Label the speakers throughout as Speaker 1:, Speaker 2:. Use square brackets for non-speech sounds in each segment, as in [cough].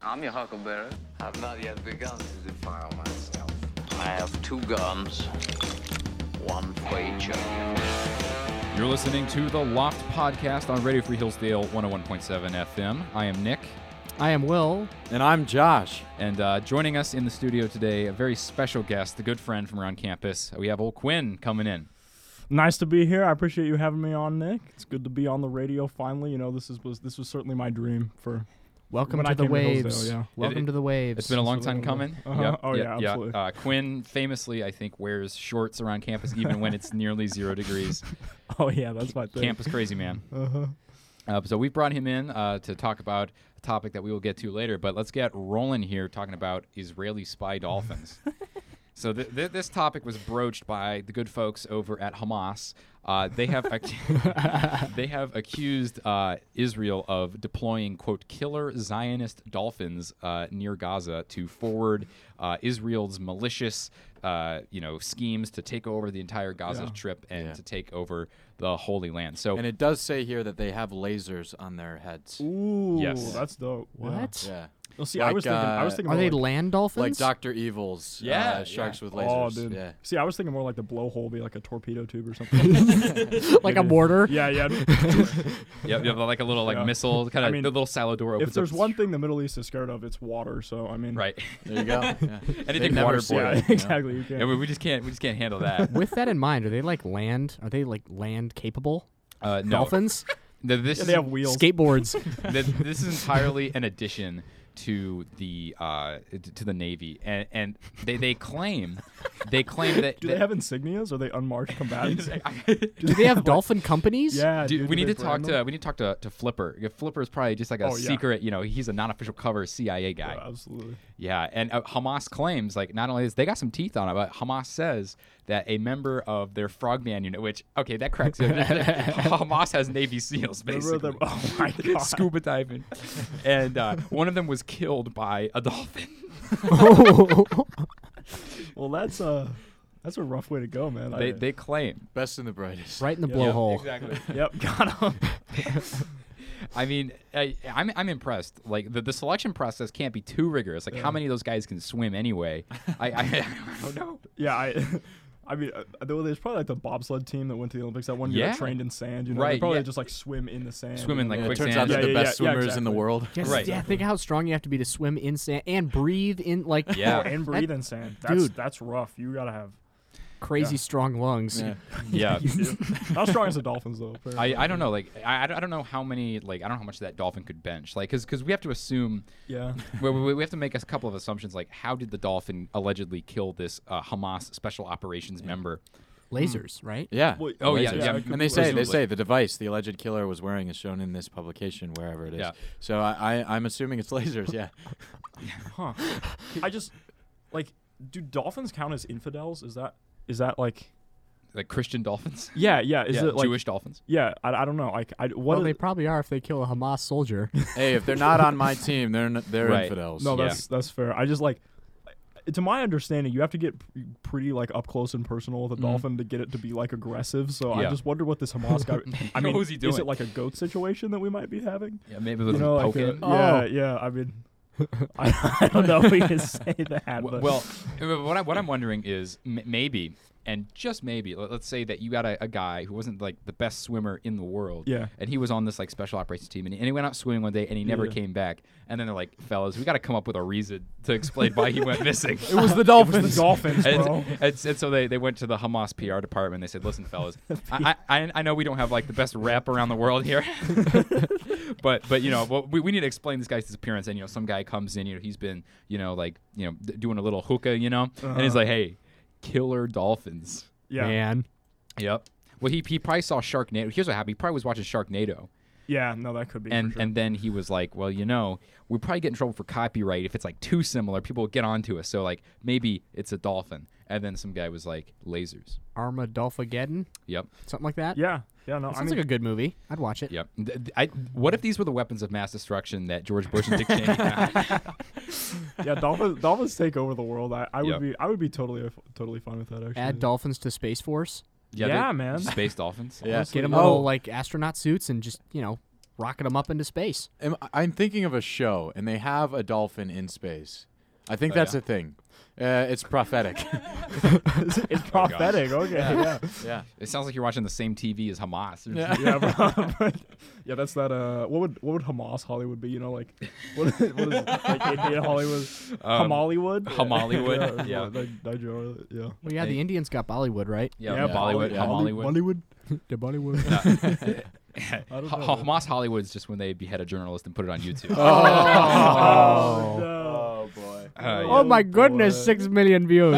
Speaker 1: I'm your huckleberry. I've not yet begun to defile myself. I have two guns, one for each of you.
Speaker 2: You're listening to the Locked Podcast on Radio Free Hillsdale 101.7 FM. I am Nick,
Speaker 3: I am Will.
Speaker 4: And I'm Josh.
Speaker 2: and uh, joining us in the studio today, a very special guest, a good friend from around campus. We have old Quinn coming in.
Speaker 5: Nice to be here. I appreciate you having me on, Nick. It's good to be on the radio finally. You know, this is was this was certainly my dream for [laughs]
Speaker 3: Welcome
Speaker 5: When
Speaker 3: to
Speaker 5: I
Speaker 3: the
Speaker 5: came to Hillsdale,
Speaker 3: waves.
Speaker 5: yeah. It-
Speaker 3: Welcome
Speaker 2: it-
Speaker 3: to the waves.
Speaker 2: It's been a long time coming.
Speaker 5: Uh-huh. Oh, yeah, absolutely.
Speaker 2: Uh, Quinn famously, I think, wears shorts around campus even when it's nearly zero
Speaker 5: [laughs]
Speaker 2: degrees.
Speaker 5: Oh yeah, that's my thing.
Speaker 2: Campus crazy man.
Speaker 5: Uh-huh.
Speaker 2: Uh, so we brought him in uh, to talk about a topic that we will get to later. But let's get rolling here talking about Israeli spy
Speaker 5: [laughs]
Speaker 2: dolphins. so th- th- this topic was broached by the good folks over at Hamas. Uh, they have ac- [laughs] they have accused uh, Israel of deploying quote killer Zionist dolphins uh, near Gaza to forward uh, Israel's malicious uh, you know schemes to take over the entire Gaza Strip and
Speaker 4: Yeah.
Speaker 2: to take over the Holy Land. So
Speaker 4: And it does say here that they have lasers on their heads.
Speaker 5: Ooh,
Speaker 2: Yes.
Speaker 5: that's dope. Yeah.
Speaker 3: What?
Speaker 4: Yeah.
Speaker 5: Well, see, I
Speaker 4: Like,
Speaker 5: was thinking, I was
Speaker 4: uh,
Speaker 5: thinking
Speaker 3: Are
Speaker 5: more
Speaker 3: they
Speaker 5: like,
Speaker 3: land dolphins?
Speaker 4: Like Dr. Evil's uh,
Speaker 2: Yeah,
Speaker 4: sharks with
Speaker 5: oh,
Speaker 4: lasers.
Speaker 5: dude.
Speaker 4: Yeah.
Speaker 5: See, I was thinking more like the blowhole be like a torpedo tube or something.
Speaker 3: [laughs] like a mortar?
Speaker 5: yeah, yeah.
Speaker 2: Yeah, yeah, but like a little like
Speaker 5: Yeah.
Speaker 2: missile kind of
Speaker 5: I mean,
Speaker 2: the little salad door opens
Speaker 5: if there's
Speaker 2: up.
Speaker 5: one thing the Middle East is scared of, it's water. So I
Speaker 2: [laughs]
Speaker 5: mean, [laughs]
Speaker 2: right.
Speaker 4: There you go. Yeah.
Speaker 2: Anything
Speaker 4: never
Speaker 2: water
Speaker 4: see
Speaker 2: boil.
Speaker 4: it.
Speaker 5: Yeah, [laughs]
Speaker 4: Yeah.
Speaker 5: exactly. You can't.
Speaker 2: Yeah, we, we just can't we just can't handle that.
Speaker 3: With that in mind, are they like land? Are they like land capable?
Speaker 2: Uh, no.
Speaker 3: Dolphins?
Speaker 2: Th- this
Speaker 5: Yeah, they have
Speaker 2: is-
Speaker 5: [laughs] wheels.
Speaker 3: Skateboards?
Speaker 5: [laughs]
Speaker 2: th- this is entirely an addition to the uh, t- to the Navy, and and they, they claim they claim that.
Speaker 5: Do
Speaker 2: that-
Speaker 5: they have insignias? Are they unmarked
Speaker 2: [laughs]
Speaker 5: combatants?
Speaker 3: Do they have dolphin companies? [laughs]
Speaker 5: [laughs] yeah, [laughs]
Speaker 2: Dude,
Speaker 5: dude,
Speaker 2: we
Speaker 5: do
Speaker 2: need
Speaker 5: they
Speaker 2: to talk
Speaker 5: brand
Speaker 2: to
Speaker 5: them?
Speaker 2: we need to talk to, to Flipper. Yeah, Flipper is probably just like a
Speaker 5: Oh, yeah.
Speaker 2: secret, you know, he's a non-official cover CIA guy.
Speaker 5: Yeah, absolutely.
Speaker 2: Yeah, and uh, Hamas claims like not only is they got some teeth on it, but Hamas says that a member of their Frogman unit, which okay, that cracks. you up. [laughs] Hamas has Navy SEALs basically,
Speaker 5: Remember them? Oh
Speaker 2: [laughs]
Speaker 5: my god.
Speaker 2: scuba diving, and uh, one of them was killed by a
Speaker 5: [laughs]
Speaker 2: dolphin.
Speaker 5: Well, that's a that's a rough way to go, man.
Speaker 2: They
Speaker 5: I-
Speaker 2: they claim
Speaker 4: Best and the brightest.
Speaker 3: right in the
Speaker 5: Yeah.
Speaker 3: blowhole.
Speaker 2: exactly.
Speaker 5: yep, [laughs] got him.
Speaker 2: I mean, I, I'm I'm impressed. Like the, the selection process can't be too rigorous. Like how many of those guys can swim anyway? I I, [laughs] I
Speaker 5: Oh,
Speaker 2: don't know.
Speaker 5: yeah, I. [laughs] I mean, uh, there- there's probably like the bobsled team that went to the Olympics. That one year
Speaker 2: Yeah.
Speaker 5: that trained in sand. You know,
Speaker 2: Right,
Speaker 5: they probably
Speaker 2: yeah.
Speaker 5: just like swim in the sand.
Speaker 2: Swim in,
Speaker 5: and,
Speaker 2: like,
Speaker 4: Yeah,
Speaker 5: like,
Speaker 4: it
Speaker 2: quicksand.
Speaker 4: turns out
Speaker 5: Yeah,
Speaker 4: they're the
Speaker 5: yeah,
Speaker 4: best
Speaker 5: yeah, yeah,
Speaker 4: swimmers in the
Speaker 5: exactly.
Speaker 4: world.
Speaker 3: Yes,
Speaker 2: Right.
Speaker 3: Yeah, think how strong you have to be to swim in sand and breathe in like
Speaker 2: Yeah.
Speaker 5: oh, and breathe in sand. That's,
Speaker 3: Dude.
Speaker 5: that's rough. You gotta [laughs] have.
Speaker 3: [laughs] crazy
Speaker 5: Yeah.
Speaker 3: strong lungs.
Speaker 4: Yeah.
Speaker 2: [laughs] Yeah.
Speaker 5: How strong is the Dolphins though? apparently.
Speaker 2: I, I don't know like I, I don't- I don't know how many like I don't know how much that dolphin could bench like because we have to assume
Speaker 5: yeah.
Speaker 2: we, we we have to make a couple of assumptions like how did the dolphin allegedly kill this uh, Hamas special operations member
Speaker 5: Mm.
Speaker 3: Lasers, right?
Speaker 4: Yeah.
Speaker 5: Well,
Speaker 2: Oh, yeah,
Speaker 4: Lasers.
Speaker 2: yeah,
Speaker 5: it could
Speaker 4: And
Speaker 5: be
Speaker 4: they say they
Speaker 2: presumably.
Speaker 4: say the device the alleged killer was wearing is shown in this publication wherever it is.
Speaker 2: Yeah.
Speaker 4: So I, I I'm assuming it's [laughs] lasers. Yeah.
Speaker 5: Huh. I just like. Do Dolphins count as infidels? Is that is that like?
Speaker 2: like Christian dolphins
Speaker 5: Yeah, yeah. Oh, Is
Speaker 2: yeah
Speaker 5: it like?
Speaker 2: Jewish dolphins
Speaker 5: Yeah, I, I don't know. Like, I what?
Speaker 3: Well,
Speaker 5: is-
Speaker 3: they probably are if they kill a Hamas soldier.
Speaker 4: hey, if they're not on my team, they're n- they're
Speaker 2: Right.
Speaker 4: infidels.
Speaker 5: No,
Speaker 2: Yeah.
Speaker 5: that's that's fair. I just like to my understanding, you have to get p- pretty like up close and personal with a dolphin to get it to be like aggressive. So
Speaker 2: Mm-hmm. Yeah.
Speaker 5: I just wonder what this
Speaker 2: [laughs]
Speaker 5: Hamas guy. I mean,
Speaker 2: What was he
Speaker 5: is
Speaker 2: doing?
Speaker 5: it like a goat situation that we might be having?
Speaker 2: yeah maybe with
Speaker 5: you know, like uh,
Speaker 2: poking
Speaker 5: a,
Speaker 2: it.
Speaker 5: yeah,
Speaker 3: Oh.
Speaker 5: yeah. I mean, I, [laughs] I don't know if we can say
Speaker 3: [laughs]
Speaker 5: that.
Speaker 2: W-
Speaker 5: But
Speaker 2: well uh, what I, what I'm wondering is m- maybe and just maybe let- let's say that you got a, a guy who wasn't like the best swimmer in the world
Speaker 5: Yeah.
Speaker 2: and he was on this like special operations team and he, and he went out swimming one day and he never
Speaker 5: Yeah.
Speaker 2: came back and then they're like fellas we got to come up with a reason to explain why he
Speaker 5: [laughs]
Speaker 2: went missing
Speaker 5: [laughs]
Speaker 2: [laughs]
Speaker 5: it was the dolphins. the [laughs] dolphins, bro.
Speaker 2: and, and, and so they, they went to the Hamas PR department. They said, "Listen, fellas, I, I I know we don't have like the best rep around the world here, [laughs] but but you know well, we, we need to explain this guy's disappearance. And you know some guy comes in, you know he's been you know like you know d- doing a little hookah, you know, and he's like, hey, killer dolphins.
Speaker 5: yeah,
Speaker 3: Man.
Speaker 2: Yep. Well, he he probably saw Sharknado. Here's what happened. He probably was watching Sharknado,
Speaker 5: yeah. No, that could be. for
Speaker 2: and
Speaker 5: sure.
Speaker 2: and then he was like, well, you know, we probably get in trouble for copyright if it's like too similar. People will get onto us. So like maybe it's a dolphin. And then some guy was like, lasers.
Speaker 3: Armadolphageddon?
Speaker 2: Yep.
Speaker 3: Something like that?
Speaker 5: yeah, yeah. No,
Speaker 3: That
Speaker 5: I
Speaker 3: sounds
Speaker 5: mean,
Speaker 3: like a good movie. I'd watch it.
Speaker 2: Yep. Th- th- I, what if these were the weapons of mass destruction that George Bush and Dick
Speaker 5: [laughs]
Speaker 2: Cheney had?
Speaker 5: yeah. Dolphins, dolphins take over the world. I, I would
Speaker 2: Yeah.
Speaker 5: be, I would be totally, totally fine with that. Actually,
Speaker 3: Add dolphins to Space Force.
Speaker 2: they-
Speaker 5: Yeah, man.
Speaker 2: Space dolphins.
Speaker 4: Yeah.
Speaker 3: Get them
Speaker 4: oh,
Speaker 3: little like astronaut suits and just you know rocket them up into space.
Speaker 4: Am, I'm thinking of a show, and they have a dolphin in space. I think
Speaker 2: Oh,
Speaker 4: that's
Speaker 2: yeah?
Speaker 4: a thing. Uh, it's prophetic.
Speaker 5: [laughs]
Speaker 2: Oh
Speaker 5: it's, it's prophetic. okay, yeah.
Speaker 4: yeah.
Speaker 2: It sounds like you're watching the same TV as Hamas.
Speaker 4: Yeah.
Speaker 2: [laughs]
Speaker 5: Yeah, bro. [laughs] yeah, that's that. Uh, what would what would Hamas Hollywood be? You know, like what is, what is
Speaker 2: [laughs]
Speaker 5: like Indian Hollywood,
Speaker 2: Um,
Speaker 5: Hamallywood,
Speaker 2: Hamallywood, yeah.
Speaker 5: like Nigeria, yeah.
Speaker 3: Well, yeah,
Speaker 2: Hey.
Speaker 3: the Indians got Bollywood, right?
Speaker 2: Yeah, Bollywood,
Speaker 4: yeah.
Speaker 5: Bolly-
Speaker 2: Hamallywood.
Speaker 5: Bollywood, the Bollywood. [laughs]
Speaker 2: [laughs]
Speaker 5: I don't
Speaker 2: Ha-
Speaker 5: know.
Speaker 2: Ha- Hamas Hollywood is just when they behead a journalist and put it on
Speaker 5: [laughs]
Speaker 2: YouTube. [laughs]
Speaker 5: Oh, no.
Speaker 4: Oh boy.
Speaker 2: Uh, yeah.
Speaker 5: Oh, my goodness,
Speaker 2: [laughs]
Speaker 5: boy.
Speaker 3: six million views.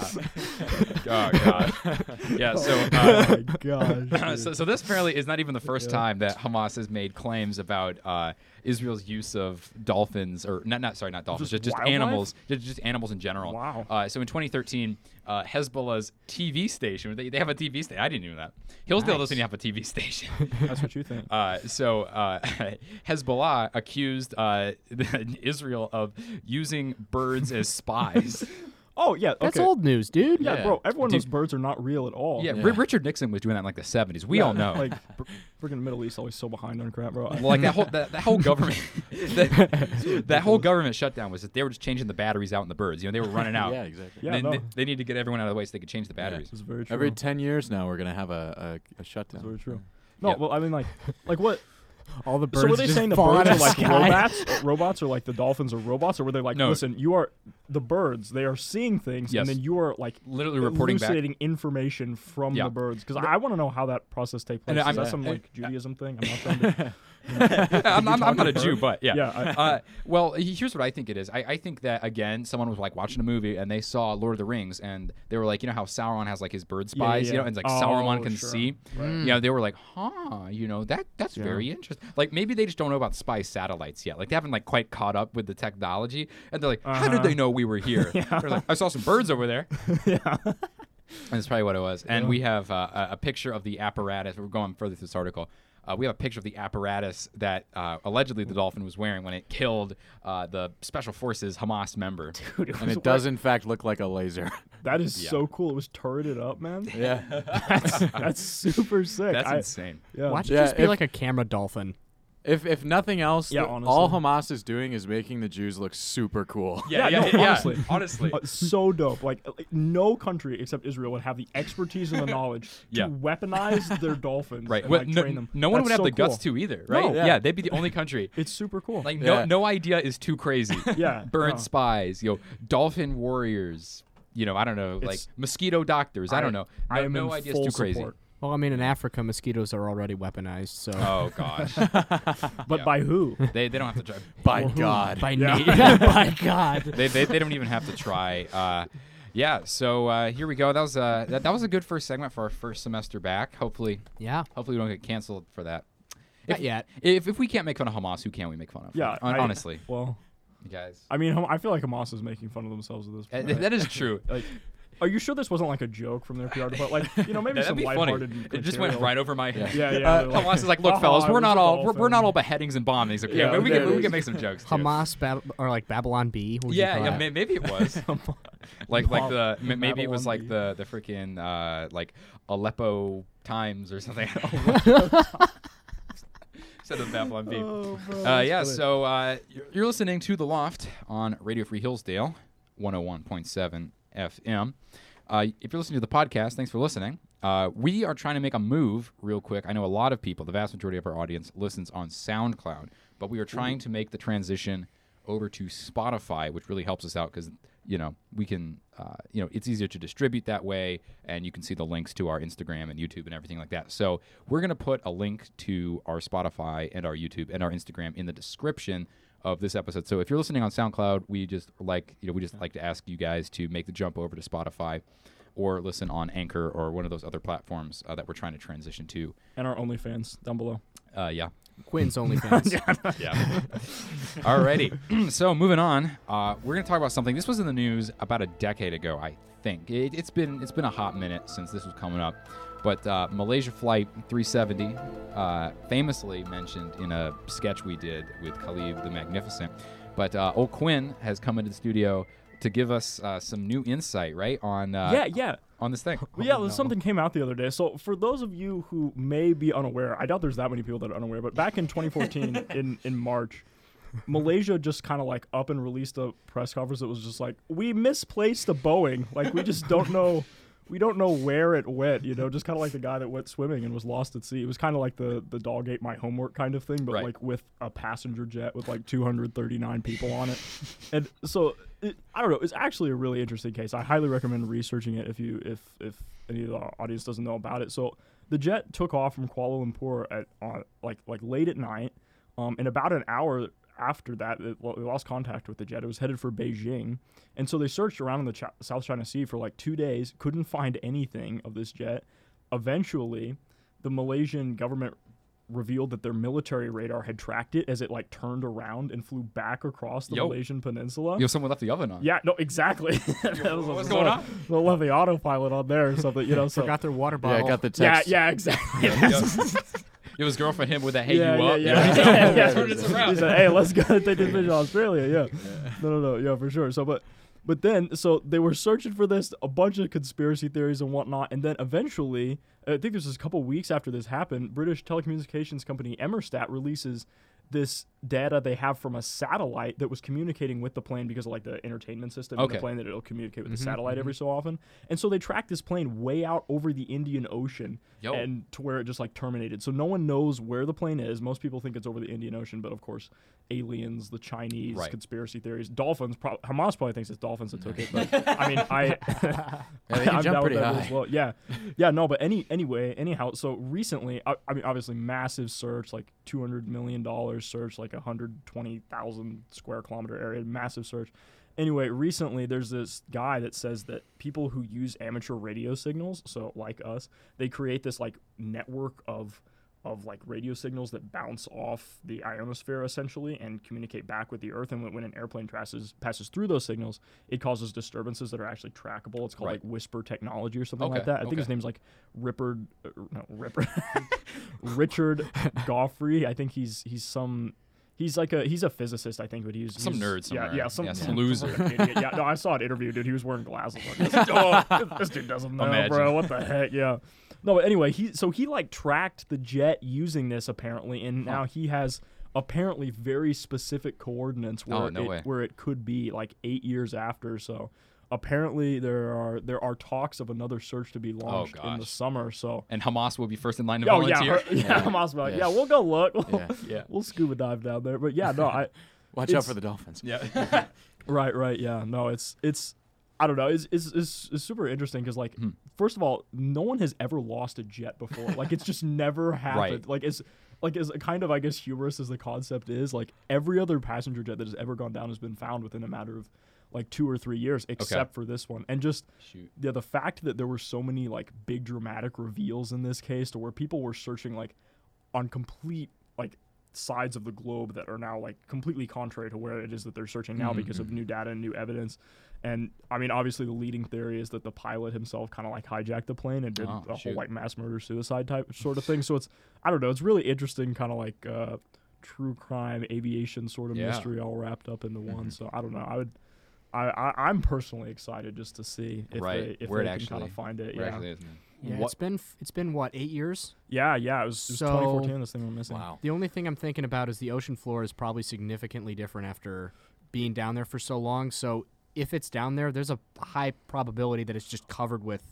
Speaker 2: Oh, God.
Speaker 5: [laughs]
Speaker 2: Yeah, so,
Speaker 5: oh
Speaker 2: uh,
Speaker 5: my
Speaker 2: [laughs]
Speaker 5: gosh.
Speaker 2: [clears throat] so
Speaker 5: dude.
Speaker 2: so this apparently is not even the first time that Hamas has made claims about uh, Israel's use of dolphins or not not sorry not dolphins just,
Speaker 5: Just
Speaker 2: just
Speaker 5: wildlife?
Speaker 2: animals just, just animals in general.
Speaker 5: Wow.
Speaker 2: Uh, so in 2013, uh, Hezbollah's TV station they, they have a TV station. I didn't know that. Hillsdale doesn't even have a TV station. [laughs]
Speaker 5: That's what you think.
Speaker 2: Uh, so uh, [laughs] Hezbollah accused uh, [laughs] Israel of using birds as spies.
Speaker 5: oh yeah, okay.
Speaker 3: That's old news, dude.
Speaker 5: Yeah,
Speaker 4: Yeah.
Speaker 5: bro. Everyone knows
Speaker 2: Dude.
Speaker 5: birds are not real at all.
Speaker 2: yeah, Ri- Richard Nixon was doing that in like the 70s. We all
Speaker 5: [laughs]
Speaker 2: know.
Speaker 5: Like, fr- freaking Middle East always so behind on
Speaker 2: [laughs]
Speaker 5: crap, bro.
Speaker 2: Well, like that whole that, that whole
Speaker 4: [laughs]
Speaker 2: government [laughs] that, that whole government shutdown was that they were just changing the batteries out in the birds. You know, they were running out.
Speaker 4: [laughs] Yeah, exactly.
Speaker 5: Yeah,
Speaker 2: they,
Speaker 5: no.
Speaker 2: they, they need to get everyone out of the way so they could change the batteries.
Speaker 5: It's very true.
Speaker 4: Every ten years now, we're gonna have a a, a
Speaker 5: It's
Speaker 4: shutdown.
Speaker 5: very true. No,
Speaker 2: Yeah.
Speaker 5: well, I mean, like, like what?
Speaker 3: [laughs] All the birds.
Speaker 5: so were they
Speaker 3: just
Speaker 5: saying the
Speaker 3: fall
Speaker 5: birds
Speaker 3: out
Speaker 5: are
Speaker 3: of
Speaker 5: like
Speaker 3: sky? [laughs]
Speaker 5: robots? robots are like the dolphins are robots, or were they like,
Speaker 2: No.
Speaker 5: listen, you are the birds. They are seeing things,
Speaker 2: Yes.
Speaker 5: and then you are like
Speaker 2: Literally reporting back.
Speaker 5: elucidating information from
Speaker 2: Yeah.
Speaker 5: the birds. Because I want to know how that process takes place.
Speaker 2: And I'm-
Speaker 5: Is that
Speaker 2: Yeah.
Speaker 5: some
Speaker 2: and-
Speaker 5: like Judaism thing? I'm not trying
Speaker 2: [laughs]
Speaker 5: to.
Speaker 2: [laughs]
Speaker 5: [laughs]
Speaker 2: I'm, I'm, I'm not a Jew, but yeah.
Speaker 5: Yeah, I-
Speaker 2: uh, well, he- here's what I think it is. I, I think that again, someone was like watching a movie and they saw Lord of the Rings, and they were like, you know how Sauron has like his bird
Speaker 5: Yeah, yeah,
Speaker 2: spies, you
Speaker 5: yeah.
Speaker 2: know, and like
Speaker 5: Oh,
Speaker 2: Sauron can
Speaker 5: sure.
Speaker 2: see. You know, they were like, huh, you know that that's very interesting. Like maybe they just don't know about spy satellites yet. Like they haven't like quite caught up with the technology, and they're like, how did
Speaker 5: Uh-huh.
Speaker 2: they know we were
Speaker 5: [laughs]
Speaker 2: here? They're like, I saw some birds over there. [laughs] That's probably what it was. And we have uh, a, a picture of the apparatus. We're going further through this article. Uh, we have a picture of the apparatus that uh, allegedly the dolphin was wearing when it killed uh, the special forces Hamas member.
Speaker 4: And it does in fact look like a laser.
Speaker 5: That is
Speaker 2: Yeah.
Speaker 5: so cool. It was turreted
Speaker 2: [laughs]
Speaker 5: up, man.
Speaker 4: yeah.
Speaker 5: That's super sick.
Speaker 2: That's
Speaker 5: I-
Speaker 2: insane.
Speaker 5: yeah.
Speaker 3: Why don't
Speaker 4: Yeah,
Speaker 3: you just be
Speaker 4: if-
Speaker 3: like a camera dolphin?
Speaker 4: If if nothing else,
Speaker 5: Yeah,
Speaker 4: th-
Speaker 5: honestly.
Speaker 4: all Hamas is doing is making the Jews look super cool.
Speaker 5: Yeah, yeah, no, yeah, honestly.
Speaker 2: [laughs] honestly.
Speaker 5: Uh, so dope. Like, uh, like, no country except Israel would have the expertise
Speaker 2: [laughs]
Speaker 5: and the knowledge
Speaker 2: Yeah. [laughs]
Speaker 5: to weaponize their dolphins.
Speaker 2: Right.
Speaker 5: And,
Speaker 2: Well,
Speaker 5: like,
Speaker 2: no,
Speaker 5: train them.
Speaker 2: no one
Speaker 5: That's
Speaker 2: would have
Speaker 5: so
Speaker 2: the guts
Speaker 5: cool.
Speaker 2: to either, right?
Speaker 5: No.
Speaker 2: yeah.
Speaker 4: Yeah.
Speaker 2: they'd be the
Speaker 5: [laughs]
Speaker 2: only country.
Speaker 5: It's super cool.
Speaker 2: Like no,
Speaker 4: Yeah.
Speaker 2: no idea is too crazy.
Speaker 5: [laughs]
Speaker 2: [laughs]
Speaker 5: Yeah,
Speaker 2: Bird
Speaker 5: no.
Speaker 2: spies, you know, dolphin warriors. You know, I don't know, like
Speaker 5: It's-
Speaker 2: mosquito doctors. I, don't know. No,
Speaker 5: I am
Speaker 2: no
Speaker 5: in
Speaker 2: idea
Speaker 5: full
Speaker 2: is too crazy. [laughs]
Speaker 5: support.
Speaker 3: Well, I mean, in Africa, mosquitoes are already weaponized, so
Speaker 2: Oh
Speaker 5: [laughs]
Speaker 2: gosh,
Speaker 5: But
Speaker 2: Yeah. [laughs]
Speaker 5: by who?
Speaker 2: they they don't have to try.
Speaker 4: By
Speaker 3: [laughs]
Speaker 4: God.
Speaker 3: by
Speaker 5: Yeah.
Speaker 3: na- [laughs] by God.
Speaker 2: They they, they don't even have to try. Uh, yeah. So uh, here we go. That was uh, that, that was a good first segment for our first semester back. Hopefully,
Speaker 3: Yeah,
Speaker 2: hopefully we don't get canceled for that.
Speaker 3: not yet.
Speaker 2: If, if we can't make fun of Hamas, who can we make fun of?
Speaker 5: Yeah.
Speaker 2: Hon-
Speaker 5: I-
Speaker 2: honestly,
Speaker 5: Well,
Speaker 2: you guys.
Speaker 5: I mean, Ham- I feel like Hamas is making fun of themselves at this
Speaker 2: Uh,
Speaker 5: point.
Speaker 2: th- That is true.
Speaker 5: [laughs] Like, are you sure this wasn't like a joke from their PR
Speaker 2: [laughs]
Speaker 5: department? Like, you know, maybe
Speaker 2: That'd
Speaker 5: some
Speaker 2: be
Speaker 5: lighthearted.
Speaker 2: funny.
Speaker 5: and
Speaker 2: It just went
Speaker 5: material.
Speaker 2: right over my [laughs] head.
Speaker 5: Yeah, yeah.
Speaker 4: Uh,
Speaker 5: they're
Speaker 2: Hamas is like, look,
Speaker 5: [laughs] "Haha,
Speaker 2: fellas,
Speaker 5: it
Speaker 2: we're
Speaker 5: was
Speaker 2: not
Speaker 5: a
Speaker 2: all we're, we're
Speaker 5: dolphin."
Speaker 2: not all beheadings and bombings. Okay,
Speaker 5: Yeah,
Speaker 2: But we
Speaker 5: there
Speaker 2: can we
Speaker 5: it
Speaker 2: can
Speaker 5: is.
Speaker 2: make some jokes. too.
Speaker 3: Hamas Bab- or like Babylon B. what would you
Speaker 2: Yeah,
Speaker 3: call
Speaker 2: yeah,
Speaker 3: that?
Speaker 2: may- maybe it
Speaker 3: [laughs]
Speaker 2: was. like like the
Speaker 5: Bob-
Speaker 2: m- maybe it was like the
Speaker 5: Babylon
Speaker 2: the freaking uh, like Aleppo Times or something. [laughs] I don't know.
Speaker 3: [laughs]
Speaker 2: Instead of Babylon Bee.
Speaker 5: Oh, bro,
Speaker 2: uh,
Speaker 5: that's
Speaker 2: yeah,
Speaker 5: brilliant.
Speaker 2: so uh, you're- you're listening to The Loft on Radio Free Hillsdale, 101.7 FM. Uh, if you're listening to the podcast, thanks for listening. Uh, we are trying to make a move real quick. I know a lot of people, the vast majority of our audience, listens on SoundCloud, but we are trying to make the transition over to Spotify, which really helps us out because you know we can, uh, you know, it's easier to distribute that way, and you can see the links to our Instagram and YouTube and everything like that. So we're gonna put a link to our Spotify and our YouTube and our Instagram in the description of this episode. So if you're listening on SoundCloud, we just like you know we just like to ask you guys to make the jump over to Spotify or listen on Anchor or one of those other platforms uh, that we're trying to transition to.
Speaker 5: and our OnlyFans down below.
Speaker 2: Uh, yeah.
Speaker 3: Quinn's OnlyFans.
Speaker 2: Yeah. Alrighty. [clears throat] so moving on, uh, we're gonna talk about something. This was in the news about a decade ago, I think. It, it's been it's been a hot minute since this was coming up, but uh, Malaysia Flight 370, uh, famously mentioned in a sketch we did with Khalid the Magnificent. But uh, O'Quinn has come into the studio to give us uh, some new insight, right? On uh,
Speaker 5: yeah, yeah.
Speaker 2: on this thing.
Speaker 5: But yeah, there's something came out the other day. So for those of you who may be unaware, I doubt there's that many people that are unaware, but back in 2014 in in March, Malaysia just kind of like up and released a press conference that was just like, "We misplaced a Boeing. Like we just don't know we don't know where it went, you know, just kind of like the guy that went swimming and was lost at sea. It was kind of like the the dog ate my homework kind of thing, but
Speaker 2: Right.
Speaker 5: like with a passenger jet with like 239 people on it. And so it, I don't know, it's actually a really interesting case. I highly recommend researching it if you if if any of the audience doesn't know about it. So the jet took off from Kuala Lumpur at on like like late at night. Um, and about an hour after that, it, well, we lost contact with the jet. It was headed for Beijing, and so they searched around in the Chi- South China Sea for like two days, couldn't find anything of this jet. Eventually, the Malaysian government revealed that their military radar had tracked it as it like turned around and flew back across the
Speaker 2: Yo.
Speaker 5: Malaysian peninsula.
Speaker 2: Yo, someone left the oven on.
Speaker 5: Yeah, no, exactly. [laughs] That was
Speaker 2: what's
Speaker 5: a-
Speaker 2: going on?
Speaker 5: They'll left the autopilot on there or something, you know. So
Speaker 3: Forgot their water
Speaker 4: Yeah,
Speaker 3: bottle.
Speaker 4: I got the
Speaker 5: yeah,
Speaker 4: text.
Speaker 5: yeah, exactly.
Speaker 2: [laughs] It was girl for him with a hey
Speaker 5: yeah,
Speaker 2: you
Speaker 5: yeah,
Speaker 2: up.
Speaker 5: [laughs] yeah,
Speaker 2: You know?
Speaker 5: yeah, yeah.
Speaker 2: [laughs] Turn this around.
Speaker 5: He said, "Hey, let's go take
Speaker 2: [laughs]
Speaker 5: this fish to Australia." Yeah. No, no, no. Yeah, for sure. So, but, but then, so they were searching for this, a bunch of conspiracy theories and whatnot, and then eventually, I think this was a couple weeks after this happened, British telecommunications company Emerstat releases this data they have from a satellite that was communicating with the plane because of like the entertainment system in
Speaker 2: Okay. Mm-hmm,
Speaker 5: the plane that it'll communicate with the satellite every so often. And so they tracked this plane way out over the Indian Ocean
Speaker 2: Yo.
Speaker 5: and to where it just like terminated. So no one knows where the plane is. Most people think it's over the Indian Ocean, but of course, aliens, the Chinese
Speaker 2: Right.
Speaker 5: conspiracy theories, dolphins. Pro- Hamas probably thinks it's dolphins that took it. But I mean, I,
Speaker 4: they can
Speaker 5: [laughs] I'm
Speaker 4: jump
Speaker 5: down with
Speaker 4: pretty
Speaker 5: that as
Speaker 4: high.
Speaker 5: well. Yeah, yeah, no, but any anyway, anyhow. So recently, I, I mean, obviously, massive search, like 200 million dollars search, like 120,000 square kilometer area, massive search. Anyway, recently there's this guy that says that people who use amateur radio signals, so like us, they create this like network of of like radio signals that bounce off the ionosphere essentially and communicate back with the earth and when- when an airplane passes passes through those signals it causes disturbances that are actually trackable it's called
Speaker 2: Right.
Speaker 5: like whisper technology or something
Speaker 2: Okay,
Speaker 5: like that i think his
Speaker 2: okay.
Speaker 5: name's like Rippard uh, no Ripper [laughs]
Speaker 2: [laughs]
Speaker 5: Richard Goffrey I think he's he's some he's like a he's a physicist I think but he's
Speaker 2: Some
Speaker 5: he's-
Speaker 2: nerd somewhere.
Speaker 5: yeah yeah some,
Speaker 2: Yeah, some
Speaker 5: some
Speaker 2: loser.
Speaker 5: fucking idiot. yeah no I saw an interview dude he was wearing glasses like, this,
Speaker 2: [laughs]
Speaker 5: oh, this dude doesn't know
Speaker 2: Imagine.
Speaker 5: bro what the heck yeah no but anyway he so he like tracked the jet using this apparently and now he has apparently very specific coordinates where
Speaker 2: Oh, no
Speaker 5: it,
Speaker 2: way.
Speaker 5: where it could be like eight years after so apparently there are there are talks of another search to be launched in the
Speaker 2: Oh, gosh.
Speaker 5: summer so
Speaker 2: And Hamas will be first in line to
Speaker 5: Oh yeah,
Speaker 2: volunteer.
Speaker 5: her- [laughs] yeah, Hamas will be like, yeah, we'll go look. We'll,
Speaker 4: Yeah.
Speaker 2: Yeah.
Speaker 5: [laughs] we'll scuba dive down there. But yeah, no, I
Speaker 4: Watch out
Speaker 5: It's-
Speaker 4: for the dolphins.
Speaker 2: yeah.
Speaker 5: right, right, yeah, no, it's it's I don't know, it's it's it's, it's super interesting because like first of all, no one has ever lost a jet before. like it's just [laughs] never happened. Like it's like as kind of I guess humorous as the concept is, like every other passenger jet that has ever gone down has been found within a matter of like two or three years, except for this one, and just
Speaker 2: Shoot.
Speaker 5: yeah, the fact that there were so many like big dramatic reveals in this case to where people were searching like on complete like sides of the globe that are now like completely contrary to where it is that they're searching
Speaker 2: Mm-hmm.
Speaker 5: now because of new data and new evidence. And I mean, obviously, the leading theory is that the pilot himself kind of like hijacked the plane and did
Speaker 2: Oh,
Speaker 5: a
Speaker 2: shoot.
Speaker 5: whole like mass murder suicide type sort of thing. So it's I don't know, it's really interesting, kind of like uh, true crime aviation sort of
Speaker 2: Yeah. Mm-hmm.
Speaker 5: mystery all wrapped up into one. So I don't know, I would. I, I, I'm personally excited just to see if
Speaker 2: Right,
Speaker 5: they, if
Speaker 2: where
Speaker 5: they
Speaker 2: it
Speaker 5: can kind
Speaker 2: actually-
Speaker 5: of find it.
Speaker 2: Where
Speaker 5: Yeah.
Speaker 2: actually is it?
Speaker 3: Yeah,
Speaker 2: What-
Speaker 3: it's been f- it's been what eight years.
Speaker 5: yeah, yeah, it was, it was
Speaker 3: So-
Speaker 5: 2014. This thing we're missing.
Speaker 4: Wow.
Speaker 3: The only thing I'm thinking about is the ocean floor is probably significantly different after being down there for so long. So if it's down there, there's a high probability that it's just covered with.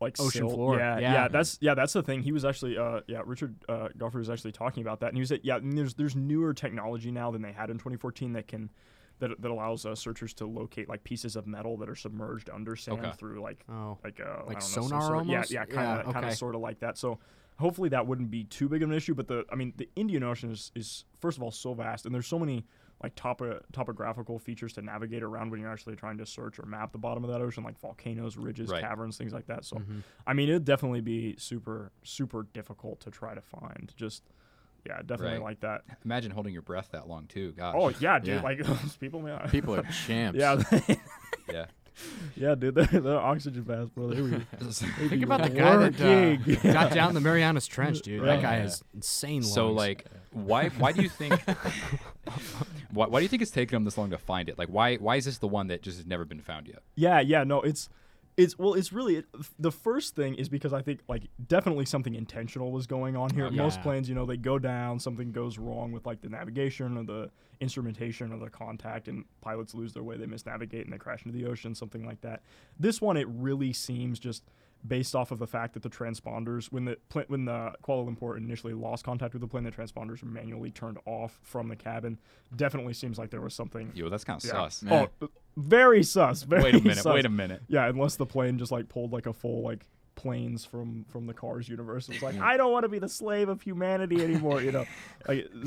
Speaker 5: like
Speaker 3: Ocean
Speaker 5: silt.
Speaker 3: floor.
Speaker 5: Yeah,
Speaker 3: Yeah.
Speaker 5: yeah, That's yeah, that's the thing. He was actually uh yeah, Richard uh, Goffer was actually talking about that, and he was yeah, and there's there's newer technology now than they had in 2014 that can. That, that allows uh, searchers to locate like pieces of metal that are submerged under sand
Speaker 2: Okay.
Speaker 5: through like
Speaker 3: Oh,
Speaker 5: like uh, I
Speaker 3: Like
Speaker 5: don't know, some
Speaker 3: sonar
Speaker 5: sort of-
Speaker 3: almost?
Speaker 5: Yeah, yeah, kind
Speaker 3: Yeah,
Speaker 5: of kind
Speaker 3: okay.
Speaker 5: of sort of like that. So hopefully that wouldn't be too big of an issue. But the I mean the Indian Ocean is, is first of all so vast, and there's so many like topo- topographical features to navigate around when you're actually trying to search or map the bottom of that ocean, like volcanoes, ridges,
Speaker 2: Right.
Speaker 5: caverns, things like that. So
Speaker 3: Mm-hmm.
Speaker 5: I mean it'd definitely be super super difficult to try to find. Just yeah, definitely
Speaker 2: Right.
Speaker 5: like that.
Speaker 2: Imagine holding your breath that long too. Gosh.
Speaker 3: Uh,
Speaker 5: [laughs] Oh yeah, dude.
Speaker 4: Yeah.
Speaker 5: Like those people, man.
Speaker 4: People are champs.
Speaker 5: yeah, [laughs]
Speaker 2: yeah.
Speaker 5: yeah, dude. They're, they're oxygen fast,
Speaker 3: [laughs]
Speaker 5: bro. They were-
Speaker 3: think
Speaker 5: be
Speaker 3: about the guy
Speaker 5: [laughs]
Speaker 3: that uh,
Speaker 5: working.
Speaker 3: got down the Marianas Trench, dude. That
Speaker 5: Yeah.
Speaker 3: guy has insane. Lungs.
Speaker 2: [laughs] So like, why why do you think why, why do you think it's taken them this long to find it? Like, why why is this the one that just has never been found yet?
Speaker 5: Yeah, yeah, no, it's It's well, it's really it, the first thing is because I think like definitely something intentional was going on here. Most
Speaker 3: yeah.
Speaker 5: planes, you know, they go down, something goes wrong with like the navigation or the instrumentation or the contact, and pilots lose their way, they misnavigate and they crash into the ocean, something like that. This one, it really seems just based off of the fact that the transponders, when the pla- when the Kuala Lumpur initially lost contact with the plane, the transponders were manually turned off from the cabin. Definitely seems like there was something.
Speaker 2: Yo, that's kind of
Speaker 5: Yeah.
Speaker 2: sus.
Speaker 5: Oh, very sus. Very
Speaker 2: Eh. Wait a minute.
Speaker 5: sus.
Speaker 2: Wait a minute.
Speaker 5: Yeah, unless the plane just like pulled like a full like planes from from the Cars universe. It was like, I don't want to be the slave of humanity anymore. You know,
Speaker 2: [laughs]
Speaker 5: like [laughs]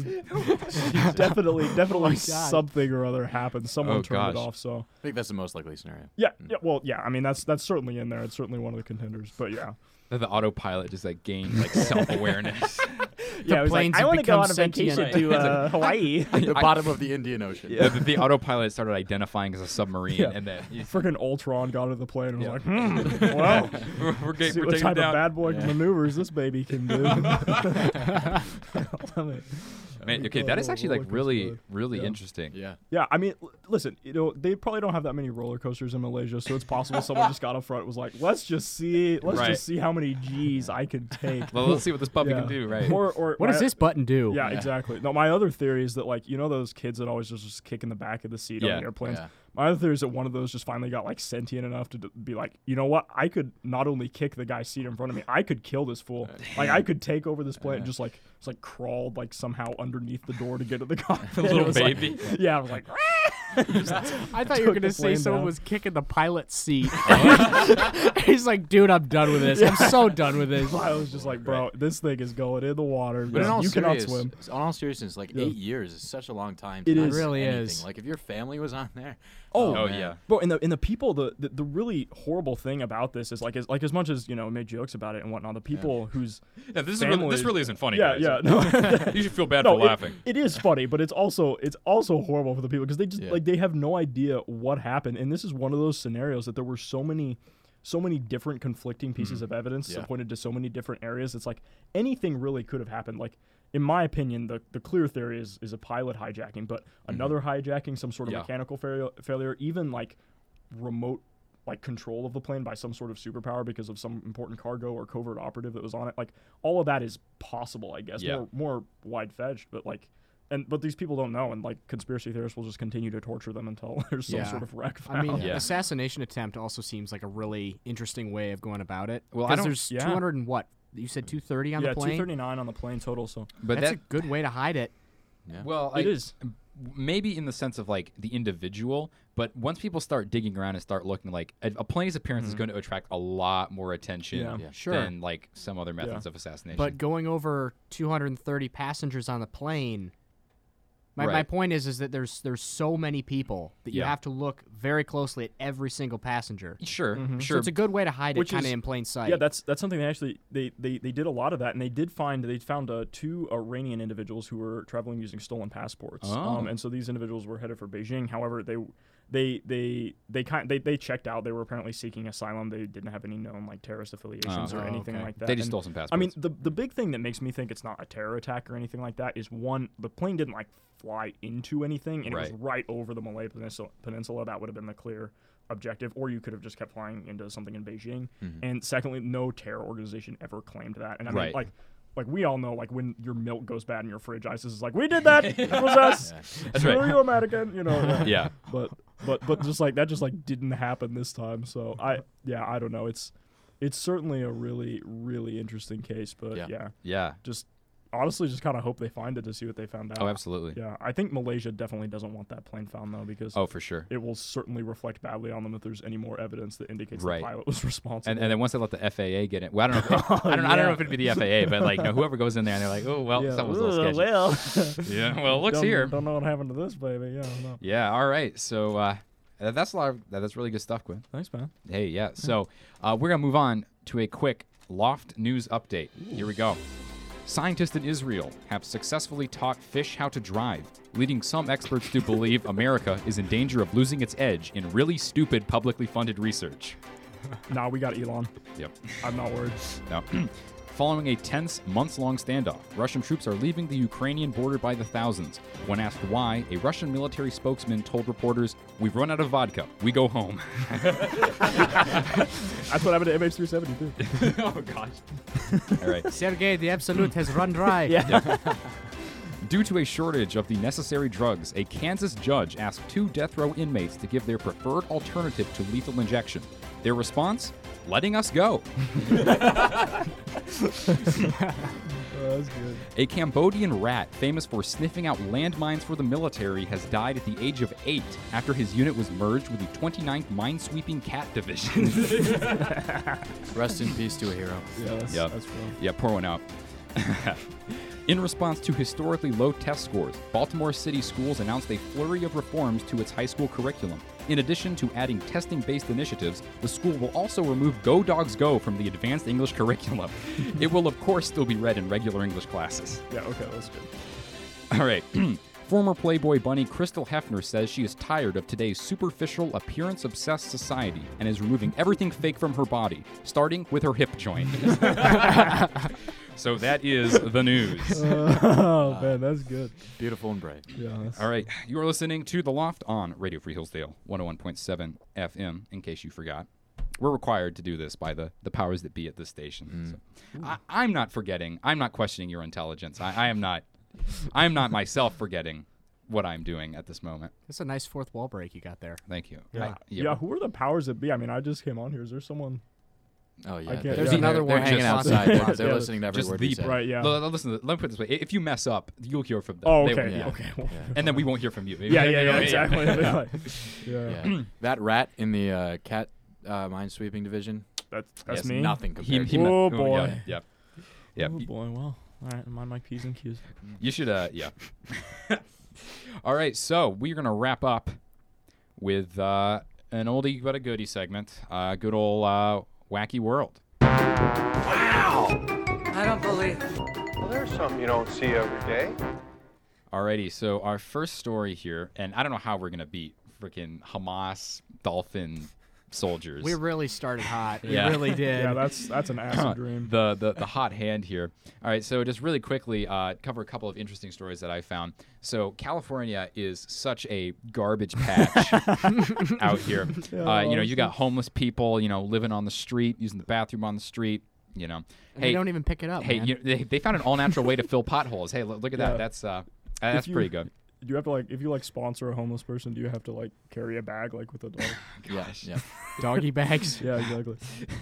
Speaker 5: definitely, definitely something or other happened. Someone
Speaker 2: Oh,
Speaker 5: turned it
Speaker 2: gosh. Mm.
Speaker 5: off. So
Speaker 4: I think that's the most likely scenario.
Speaker 5: yeah, yeah. Well, yeah. I mean, that's that's certainly in there. It's certainly one of the contenders. But yeah,
Speaker 2: That the autopilot just like gained like self awareness.
Speaker 5: yeah. It was
Speaker 3: planes
Speaker 5: like, I
Speaker 3: have
Speaker 5: want to go
Speaker 3: become
Speaker 5: on a vacation
Speaker 2: [laughs]
Speaker 3: sentient.
Speaker 5: to uh, Hawaii. [laughs]
Speaker 4: the bottom of the Indian Ocean.
Speaker 2: the, the autopilot started identifying as a submarine,
Speaker 5: Yeah.
Speaker 2: and then
Speaker 5: Freaking Ultron got on the plane and was
Speaker 2: Yeah.
Speaker 5: like, hmm, well,
Speaker 2: we're, we're, ga-
Speaker 5: see
Speaker 2: we're
Speaker 5: what
Speaker 2: taking
Speaker 5: type of
Speaker 2: down.
Speaker 5: bad boy
Speaker 4: Yeah.
Speaker 5: maneuvers this baby
Speaker 2: [laughs]
Speaker 5: can do. [laughs] I love it.
Speaker 2: Man, okay, that is actually like really, really
Speaker 5: Yeah.
Speaker 2: interesting.
Speaker 4: Yeah.
Speaker 5: Yeah, I mean, l- listen, you know, they probably don't have that many roller coasters in Malaysia, so it's possible someone just got up front and was like, "Let's just see, let's
Speaker 2: Right.
Speaker 5: just see how many G's I can take."
Speaker 2: Well, let's see what this puppy
Speaker 5: Yeah.
Speaker 2: can do, right?
Speaker 5: [laughs] Or, or
Speaker 3: What does
Speaker 5: my-
Speaker 3: this button do?
Speaker 5: Yeah, exactly. No, my other theory is that like you know those kids that always just, just kick in the back of the seat
Speaker 2: Yeah,
Speaker 5: on airplanes.
Speaker 4: yeah.
Speaker 5: My other theory is that one of those just finally got like sentient enough to d- be like, you know what? I could not only kick the guy's seat in front of me, I could kill this fool. Like I could take over this plane and just like just like crawled like somehow underneath the door to get to the [laughs] cockpit. It
Speaker 2: little
Speaker 5: was like-
Speaker 2: baby.
Speaker 5: yeah, I was like,
Speaker 3: [laughs]
Speaker 5: [laughs]
Speaker 3: I [laughs] thought you were
Speaker 5: Took
Speaker 3: gonna
Speaker 5: the
Speaker 3: say
Speaker 5: plane
Speaker 3: someone
Speaker 5: down.
Speaker 3: was kicking the pilot's seat. [laughs] He's like, dude, I'm done with [laughs] this. I'm so done with this.
Speaker 5: I was just like, bro, this thing is going in the water.
Speaker 4: But in
Speaker 5: Yeah,
Speaker 4: all
Speaker 5: you cannot
Speaker 4: serious-
Speaker 5: swim.
Speaker 4: s- In all seriousness, like
Speaker 5: Yeah.
Speaker 4: eight years is such a long time. To
Speaker 5: It
Speaker 4: not
Speaker 5: is.
Speaker 4: do
Speaker 5: It
Speaker 3: really
Speaker 4: anything.
Speaker 3: is.
Speaker 4: Like if your family was on there.
Speaker 5: Oh,
Speaker 2: oh
Speaker 4: man.
Speaker 2: yeah.
Speaker 5: Bro, and the and the people, the, the the really horrible thing about this is like as like as much as you know made jokes about it and whatnot, the people whose
Speaker 2: Yeah, this is
Speaker 5: Family-
Speaker 2: really, this really isn't funny.
Speaker 5: yeah
Speaker 2: guys. [laughs]
Speaker 5: yeah [laughs] no
Speaker 2: You should feel bad
Speaker 5: no
Speaker 2: for
Speaker 5: it-
Speaker 2: laughing.
Speaker 5: it is funny, but it's also it's also horrible for the people because they just
Speaker 4: Yeah.
Speaker 5: like they have no idea what happened, and this is one of those scenarios that there were so many. So many different conflicting pieces
Speaker 2: Mm-hmm.
Speaker 5: of evidence that
Speaker 4: Yeah.
Speaker 5: pointed to so many different areas. It's like anything really could have happened. Like, in my opinion, the, the clear theory is, is a pilot hijacking, but another hijacking, some sort of
Speaker 2: Mm-hmm. Yeah.
Speaker 5: mechanical fail- failure, even like remote like control of the plane by some sort of superpower because of some important cargo or covert operative that was on it. Like all of that is possible, I guess.
Speaker 2: Yeah.
Speaker 5: More more wide fetched, but like and but these people don't know and like conspiracy theorists will just continue to torture them until [laughs] there's some
Speaker 3: Yeah.
Speaker 5: sort of wreck found.
Speaker 3: I mean,
Speaker 2: Yeah.
Speaker 3: assassination attempt also seems like a really interesting way of going about it.
Speaker 2: Well, I
Speaker 3: 'Cause
Speaker 2: don't-
Speaker 3: there's
Speaker 5: yeah.
Speaker 3: 200 and what you said 230 on
Speaker 5: yeah,
Speaker 3: the plane.
Speaker 5: 239 on the plane total, so
Speaker 2: But
Speaker 3: That's
Speaker 2: that
Speaker 3: a good way to hide it.
Speaker 2: well,
Speaker 5: it
Speaker 2: I-
Speaker 5: is.
Speaker 2: maybe in the sense of like the individual, but once people start digging around and start looking, like a, a plane's appearance is going to attract a lot more attention
Speaker 5: Yeah. Yeah.
Speaker 3: Sure.
Speaker 2: than like some other methods of assassination.
Speaker 3: But going over 230 passengers on the plane. My, my
Speaker 2: Right.
Speaker 3: point is is that there's there's so many people that you
Speaker 2: Yeah.
Speaker 3: have to look very closely at every single passenger.
Speaker 2: sure,
Speaker 5: Mm-hmm.
Speaker 3: So
Speaker 2: sure.
Speaker 3: it's a good way to hide
Speaker 5: Which
Speaker 3: it kind of
Speaker 5: is-
Speaker 3: in plain sight.
Speaker 5: Yeah, that's that's something they actually they, they they did a lot of that, and they did find they found uh, two Iranian individuals who were traveling using stolen passports. Um,
Speaker 2: Oh.
Speaker 5: and so these individuals were headed for Beijing. However, they they they they kind they, they checked out. They were apparently seeking asylum. They didn't have any known like terrorist affiliations
Speaker 2: Oh.
Speaker 5: or
Speaker 3: Oh,
Speaker 5: anything
Speaker 3: okay.
Speaker 5: like that.
Speaker 2: they just
Speaker 5: And-
Speaker 2: stole some passports.
Speaker 5: I mean, the the big thing that makes me think it's not a terror attack or anything like that is one, the plane didn't like fly into anything, and it was
Speaker 2: Right.
Speaker 5: right over the Malay Peninsula. Peninsula. That would have been the clear objective, or you could have just kept flying into something in Beijing. And secondly, no terror organization ever claimed that. And I mean,
Speaker 2: Mm-hmm. Right.
Speaker 5: like. Like we all know, like when your milk goes bad in your fridge, ISIS is like, "We did that. It was
Speaker 2: [laughs]
Speaker 5: us.
Speaker 2: That's
Speaker 5: Screw
Speaker 2: right.
Speaker 5: you, American." You know. yeah
Speaker 2: yeah.
Speaker 5: but but but just like that just like didn't happen this time so i yeah i don't know it's it's certainly a really really interesting case but yeah,
Speaker 4: Yeah.
Speaker 2: Yeah.
Speaker 5: just honestly just kind of hope they find it to see what they found out
Speaker 2: Oh, absolutely.
Speaker 5: yeah i think malaysia definitely doesn't want that plane found though because
Speaker 2: Oh, for sure.
Speaker 5: it will certainly reflect badly on them if there's any more evidence that indicates
Speaker 2: Right.
Speaker 5: the pilot was [laughs] responsible
Speaker 2: And, and then once they let the FAA get it, well, I
Speaker 5: [laughs]
Speaker 2: don't know. If, I don't. I don't know if it'd be the FAA, but like, you know, whoever goes in there and they're like, oh well,
Speaker 5: yeah.
Speaker 2: that was a little
Speaker 5: Ugh,
Speaker 2: sketchy.
Speaker 5: well
Speaker 2: Yeah. Well, looks
Speaker 5: don't,
Speaker 2: here.
Speaker 5: don't know what happened to this baby yeah no.
Speaker 2: Yeah. All right. So uh, that- that's a lot. Of, that- that's really good stuff, Quinn.
Speaker 5: thanks man
Speaker 2: Hey, yeah. So uh, we're going to move on to a quick Loft news update. Here we go. Scientists in Israel have successfully taught fish how to drive, leading some experts to believe America is in danger of losing its edge in really stupid publicly funded research.
Speaker 5: nah we got elon
Speaker 2: Yep.
Speaker 5: i'm not worried
Speaker 2: No. [clears throat] Following a tense, months long standoff, Russian troops are leaving the Ukrainian border by the thousands. When asked why, a Russian military spokesman told reporters, We've run out of vodka. We go home. [laughs]
Speaker 5: That's what happened to MH370 too.
Speaker 2: [laughs] oh, gosh. All right.
Speaker 3: Sergei the Absolute has
Speaker 2: [laughs]
Speaker 3: run dry.
Speaker 2: Due to a shortage of the necessary drugs, a Kansas judge asked two death row inmates to give their preferred alternative to lethal injection. Their response? Letting us go.
Speaker 5: Oh, that's good.
Speaker 2: A Cambodian rat, famous for sniffing out landmines for the military, has died at the age of eight after his unit was merged with the 29th Minesweeping Cat Division.
Speaker 4: Rest in peace to a hero.
Speaker 5: Yeah, that's,
Speaker 2: Yep.
Speaker 5: that's real.
Speaker 2: yeah, pour one out. [laughs] In response to historically low test scores, Baltimore City schools announced a flurry of reforms to its high school curriculum. In addition to adding testing based initiatives, the school will also remove Go Dogs Go from the advanced English [laughs] curriculum. it will, of course, still be read in regular English classes.
Speaker 5: Yeah, okay, that's good.
Speaker 2: All right. [clears throat] Former Playboy bunny Crystal Hefner says she is tired of today's superficial, appearance obsessed society and is removing everything fake from her body, starting with her hip joint. [laughs] so that is the news.
Speaker 5: oh man, that's good.
Speaker 4: Beautiful and bright.
Speaker 5: Yeah, that's,
Speaker 2: All right. You are listening to The Loft on Radio Free Hillsdale 101.7 FM, in case you forgot. We're required to do this by the, the powers that be at this station. So, I, I'm not forgetting. I'm not questioning your intelligence. I, I am not. I am not myself forgetting what I'm doing at this moment.
Speaker 3: That's a nice fourth wall break you got there.
Speaker 2: Thank you.
Speaker 5: yeah.
Speaker 2: I-
Speaker 5: yeah. Who are the powers that be? I mean, I just came on here. Is there someone?
Speaker 4: Oh yeah.
Speaker 5: I get
Speaker 4: they're-
Speaker 5: it.
Speaker 4: they're-
Speaker 5: There's
Speaker 3: another
Speaker 4: They're
Speaker 3: one
Speaker 4: hanging
Speaker 3: just on
Speaker 2: [laughs]
Speaker 4: outside.
Speaker 3: the
Speaker 4: John. They're
Speaker 5: podcast.
Speaker 4: listening to every
Speaker 2: Just
Speaker 4: word
Speaker 2: the
Speaker 4: we say.
Speaker 5: Right. Yeah.
Speaker 2: L- l- listen, let me put it this way: I- if you mess up, you'll hear from them.
Speaker 5: oh,
Speaker 2: They
Speaker 5: okay.
Speaker 2: won't-
Speaker 4: yeah.
Speaker 5: Okay. well,
Speaker 2: And then we won't hear from you.
Speaker 5: Yeah. Yeah. Yeah.
Speaker 2: [laughs]
Speaker 5: exactly.
Speaker 2: yeah.
Speaker 5: Like, [laughs] yeah.
Speaker 4: Yeah. that rat in the uh, cat uh, mine sweeping division.
Speaker 5: That's that's
Speaker 4: yes,
Speaker 5: me.
Speaker 4: Nothing
Speaker 2: He,
Speaker 4: compared.
Speaker 2: he
Speaker 4: to
Speaker 2: me-
Speaker 5: Oh,
Speaker 2: yeah,
Speaker 5: boy.
Speaker 2: Yeah. Yeah.
Speaker 5: Oh
Speaker 2: You-
Speaker 5: boy. Well. All right. Mind my p's and q's.
Speaker 2: You should. Uh, yeah. [laughs] All right. So we're gonna wrap up with uh, an oldie but a goodie segment. Uh, good old uh, wacky world.
Speaker 1: I don't believe
Speaker 6: There's something you don't see every day.
Speaker 2: Alrighty, so our first story here, and I don't know how we're gonna beat freaking Hamas dolphin soldiers.
Speaker 3: We really started hot.
Speaker 2: [laughs] Yeah.
Speaker 3: We really did.
Speaker 5: Yeah. That's that's an
Speaker 2: [laughs]
Speaker 5: acid dream.
Speaker 2: the, the the hot hand here. All right, so just really quickly, uh, cover a couple of interesting stories that I found. So California is such a
Speaker 5: [laughs]
Speaker 2: garbage patch out here. Uh, you know, you got homeless people, you know, living on the street, using the bathroom on the street. You know,
Speaker 3: And they don't even pick it up.
Speaker 2: hey,
Speaker 3: man.
Speaker 2: you, they, they found an all natural way to fill potholes. Hey, look, look at that.
Speaker 5: Yeah.
Speaker 2: That's uh, that's
Speaker 5: you-
Speaker 2: pretty
Speaker 5: [laughs]
Speaker 2: good.
Speaker 5: Do you have to like if you like sponsor a homeless person? Do you have to like carry a bag like with a dog?
Speaker 4: Yeah, yeah.
Speaker 5: [laughs]
Speaker 3: doggy bags.
Speaker 5: yeah. Exactly. [laughs]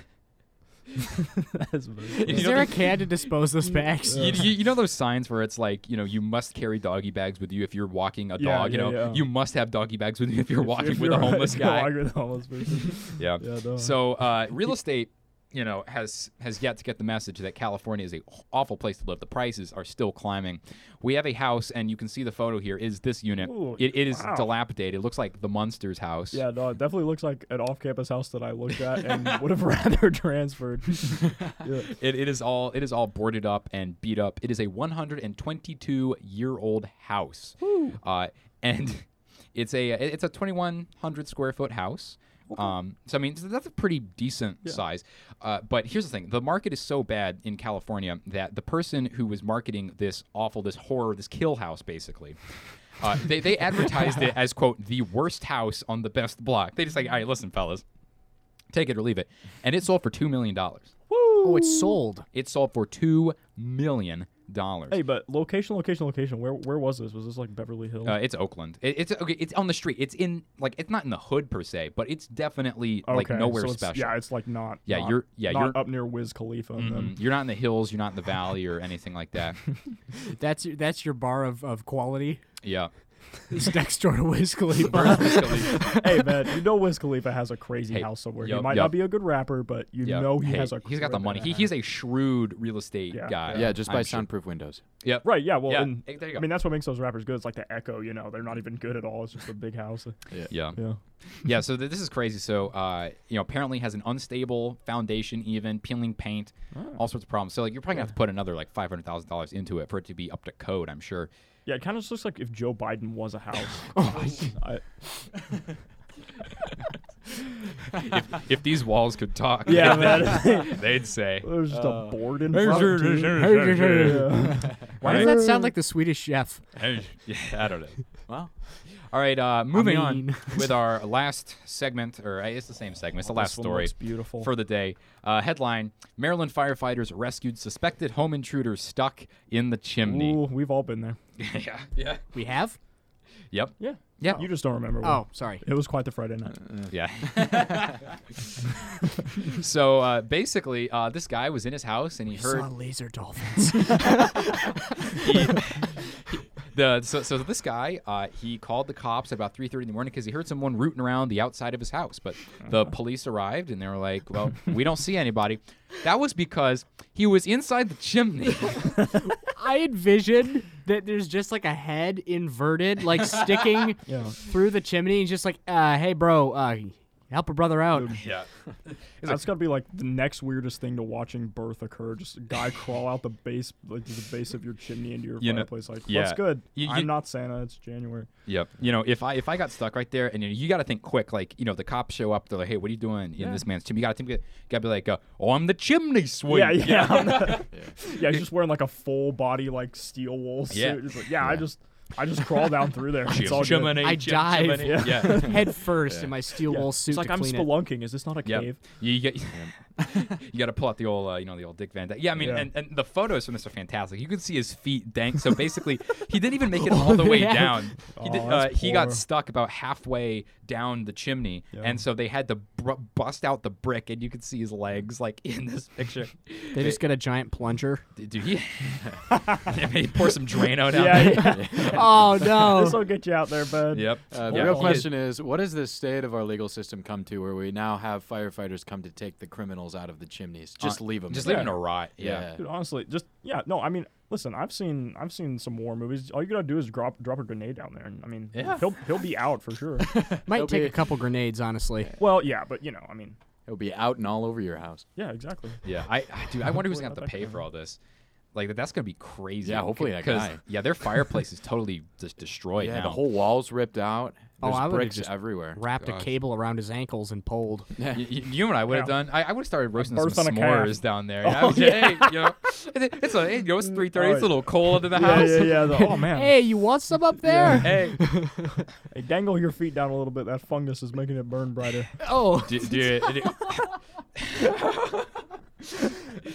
Speaker 5: that's very
Speaker 2: You
Speaker 3: Is
Speaker 2: know
Speaker 3: there a
Speaker 2: the-
Speaker 3: can to dispose those bags?
Speaker 2: you, you, you know those signs where it's like you know you must carry doggy bags with you if you're walking a
Speaker 5: Yeah,
Speaker 2: dog you
Speaker 5: yeah,
Speaker 2: know
Speaker 5: yeah.
Speaker 2: you must have doggy bags with you if you're walking
Speaker 5: [laughs] If
Speaker 2: with
Speaker 5: you're
Speaker 2: a homeless
Speaker 5: if you're
Speaker 2: guy
Speaker 5: walking with a homeless person.
Speaker 2: yeah,
Speaker 5: Yeah, no.
Speaker 2: so uh, real estate you know has has yet to get the message that california is a awful place to live the prices are still climbing we have a house and you can see the photo here is this unit
Speaker 5: Ooh,
Speaker 2: it, it is
Speaker 5: wow.
Speaker 2: dilapidated it looks like the munsters [laughs] house
Speaker 5: Yeah, no, it definitely looks like an off-campus house that I looked at and [laughs] would have
Speaker 2: [laughs]
Speaker 5: rather transferred. yeah.
Speaker 2: It, it is all it is all boarded up and beat up. It is a 122 year old house, uh, and [laughs] it's a it's a 2100 square foot house. Um, so I mean so that's a pretty decent size. Uh, but here's the thing: the market is so bad in California that the person who was marketing this awful, this horror, this kill house, basically. Uh, they, they advertised it as quote the worst house on the best block. They just like, all right, listen, fellas, take it or leave it, and it sold for two million dollars.
Speaker 3: Oh, it's sold.
Speaker 2: It sold for two million dollars.
Speaker 5: Hey, but location, location, location. Where where was this? Was this like Beverly Hills?
Speaker 2: Uh, it's Oakland. It, it's okay. It's on the street. It's in like it's not in the hood per se, but it's definitely like nowhere
Speaker 5: so it's-
Speaker 2: special.
Speaker 5: Yeah, it's like not.
Speaker 2: Yeah,
Speaker 5: not-
Speaker 2: you're- yeah,
Speaker 5: not
Speaker 2: you're-
Speaker 5: up near Wiz Khalifa. and them.
Speaker 2: Mm, you're not in the hills. You're not in the valley or anything like that.
Speaker 5: [laughs]
Speaker 3: That's your, that's your bar of, of quality.
Speaker 2: yeah.
Speaker 3: It's next door to Wiz Khalifa.
Speaker 5: [laughs] hey man, you know Wiz Khalifa has a crazy
Speaker 2: Mm-hmm. Hey,
Speaker 5: house somewhere.
Speaker 2: yup,
Speaker 5: he might
Speaker 2: yup.
Speaker 5: not be a good rapper, but you
Speaker 2: Yeah.
Speaker 5: know he
Speaker 2: Hey,
Speaker 5: has a.
Speaker 2: he's got the
Speaker 5: crib
Speaker 2: money.
Speaker 5: in
Speaker 2: He,
Speaker 5: it.
Speaker 2: he's a shrewd real estate
Speaker 5: Yeah.
Speaker 2: guy.
Speaker 4: yeah,
Speaker 2: [laughs]
Speaker 4: just by
Speaker 2: I'm sure.
Speaker 4: soundproof windows.
Speaker 2: Yep.
Speaker 5: Right, yeah, well,
Speaker 2: Yeah,
Speaker 5: and,
Speaker 2: eh, there you
Speaker 5: I
Speaker 2: go.
Speaker 5: mean, that's what makes those rappers good. It's like the echo, you know, they're not even good at all. It's just a
Speaker 2: [laughs]
Speaker 5: big house.
Speaker 2: Yeah.
Speaker 5: Yeah.
Speaker 2: yeah, so th- this is crazy. So, uh, you know, apparently has an unstable foundation, even peeling paint,
Speaker 5: Oh.
Speaker 2: all sorts of problems. So, like, you're probably gonna have to put another like five hundred thousand dollars into it for it to be up to code. I'm sure.
Speaker 5: Yeah, it kind of
Speaker 2: [laughs]
Speaker 5: just
Speaker 2: Oh,
Speaker 5: looks like if Joe Biden was a house. I,
Speaker 2: If these walls could talk, [laughs]
Speaker 5: Yeah, man.
Speaker 2: they'd say.
Speaker 5: There's just
Speaker 2: Uh,
Speaker 5: a board in front. dude.
Speaker 2: Hey,
Speaker 5: Yeah.
Speaker 3: [laughs] Why does that sound like the Swedish chef?
Speaker 2: [laughs] yeah, I don't know.
Speaker 4: Well,
Speaker 2: All right, uh, moving
Speaker 3: mean.
Speaker 5: [laughs]
Speaker 2: on with our last segment, or uh, it's the same segment. It's the [laughs] last
Speaker 5: This one
Speaker 2: story
Speaker 5: looks beautiful.
Speaker 2: for the day. Uh, headline: Maryland firefighters rescued suspected home intruder stuck in the chimney.
Speaker 5: Ooh, we've all been there.
Speaker 2: yeah, yeah,
Speaker 3: We have?
Speaker 2: yep,
Speaker 5: Yeah.
Speaker 2: Yep.
Speaker 5: You just don't remember. when.
Speaker 3: Oh, sorry.
Speaker 5: It was quite the Friday night.
Speaker 2: yeah.
Speaker 5: [laughs]
Speaker 2: [laughs] so uh, basically, uh, this guy was in his house and he heard
Speaker 3: Saw laser dolphins. [laughs]
Speaker 2: the so, so this guy uh, he called the cops at about 3.30 in the morning because he heard someone rooting around the outside of his house but the
Speaker 5: Uh-huh.
Speaker 2: police arrived and they were like well we don't see anybody that was because he was inside the
Speaker 5: [laughs]
Speaker 2: chimney
Speaker 3: I envision that there's just like a head inverted, like sticking
Speaker 5: Yeah.
Speaker 3: through the chimney, and just like, uh, hey, bro, uh, help a brother out.
Speaker 2: yeah
Speaker 5: That's got to be like the next weirdest thing to watching birth occur. Just a guy crawl out the base, like to the base of your chimney into your
Speaker 2: You know-
Speaker 5: fireplace. like,
Speaker 2: yeah.
Speaker 5: what's good?
Speaker 2: You- you-
Speaker 5: I'm not Santa. It's January.
Speaker 2: yep you know if i if i got stuck right there and you, you got to think quick like you know the cops show up they're like hey what are you doing in this man's chimney you got to think you got to be like uh, oh i'm the chimney sweep
Speaker 5: yeah,
Speaker 2: [laughs]
Speaker 5: yeah. [laughs] I'm not- yeah, he's just wearing like a full body like steel wool suit.
Speaker 2: Yeah.
Speaker 5: He's like, yeah, I just, I just crawl down through
Speaker 2: [laughs]
Speaker 5: there. It's all good.
Speaker 2: chimney
Speaker 3: I
Speaker 2: chim-
Speaker 3: dive.
Speaker 2: chimney. yeah.
Speaker 3: [laughs] Head first in my steel wool suit.
Speaker 5: It's like
Speaker 3: to
Speaker 5: I'm
Speaker 3: clean it.
Speaker 5: spelunking. Is this not a
Speaker 2: Yeah,
Speaker 5: cave?
Speaker 2: you get [laughs] you got to pull out the old, uh, you know, the old Dick Van Dyke. Yeah, I mean,
Speaker 5: Yeah.
Speaker 2: and, and the photos from this are fantastic. You can see his feet dank. So
Speaker 5: [laughs]
Speaker 2: basically, he didn't even make it all the way
Speaker 3: Yeah.
Speaker 2: down. He, did,
Speaker 5: Aw,
Speaker 2: uh,
Speaker 5: Oh, that's
Speaker 2: he got
Speaker 5: poor.
Speaker 2: stuck about halfway down the chimney, and so they had to br- bust out the brick, and you could see his legs like in this
Speaker 5: [laughs]
Speaker 2: picture.
Speaker 3: They just get a giant plunger.
Speaker 2: Dude, he, [laughs] they made him pour some Drano down.
Speaker 5: Yeah,
Speaker 2: there.
Speaker 5: yeah.
Speaker 3: oh
Speaker 5: [laughs] this
Speaker 3: no!
Speaker 5: will get you out there, bud.
Speaker 2: Yep.
Speaker 4: uh, the
Speaker 2: Yeah,
Speaker 4: real
Speaker 2: he-
Speaker 4: question is, what does this state of our legal system come to, where we now have firefighters come to take the criminals out of the chimneys? Just leave them.
Speaker 2: Uh, Just leave him to rot. Yeah.
Speaker 4: Yeah.
Speaker 5: Dude, honestly, just yeah, no, I mean, listen, I've seen I've seen some war movies. All you gotta do is drop drop a grenade down there, and I mean, he'll he'll be out for [laughs] sure.
Speaker 3: Might take
Speaker 4: be-
Speaker 3: a couple grenades, honestly.
Speaker 5: well, yeah, but you know, I mean,
Speaker 4: It'll be out and all over your house.
Speaker 5: yeah, exactly.
Speaker 2: Yeah, I, I dude, I wonder who's gonna have
Speaker 5: about
Speaker 2: to
Speaker 5: that
Speaker 2: pay for all this. Like that's gonna be crazy.
Speaker 4: Yeah, hopefully that
Speaker 2: 'cause,
Speaker 4: guy.
Speaker 2: Yeah, their fireplace is totally just destroyed
Speaker 4: Yeah,
Speaker 2: now.
Speaker 4: the whole wall's ripped out.
Speaker 3: Oh,
Speaker 4: There's
Speaker 3: I would've
Speaker 4: bricks
Speaker 3: just
Speaker 4: everywhere.
Speaker 3: Wrapped a cable around his ankles and
Speaker 5: [laughs]
Speaker 3: pulled.
Speaker 2: Y- y- you and I would have
Speaker 5: Yeah.
Speaker 2: done. I, I would have started roasting some
Speaker 5: burst on a calf. Oh,
Speaker 2: s'mores down
Speaker 5: [laughs]
Speaker 2: there. I was- hey, you know, it- it's a, hey, you know, it's three thirty. It's
Speaker 5: Alright.
Speaker 2: a little cold in the
Speaker 5: Yeah,
Speaker 2: house.
Speaker 5: yeah, yeah. the- oh man, hey.
Speaker 3: Hey, you want some up there?
Speaker 2: [laughs] Hey,
Speaker 5: dangle your feet down a little bit. That fungus is making it burn [laughs] brighter.
Speaker 3: [laughs] Oh,
Speaker 2: D- dude, it-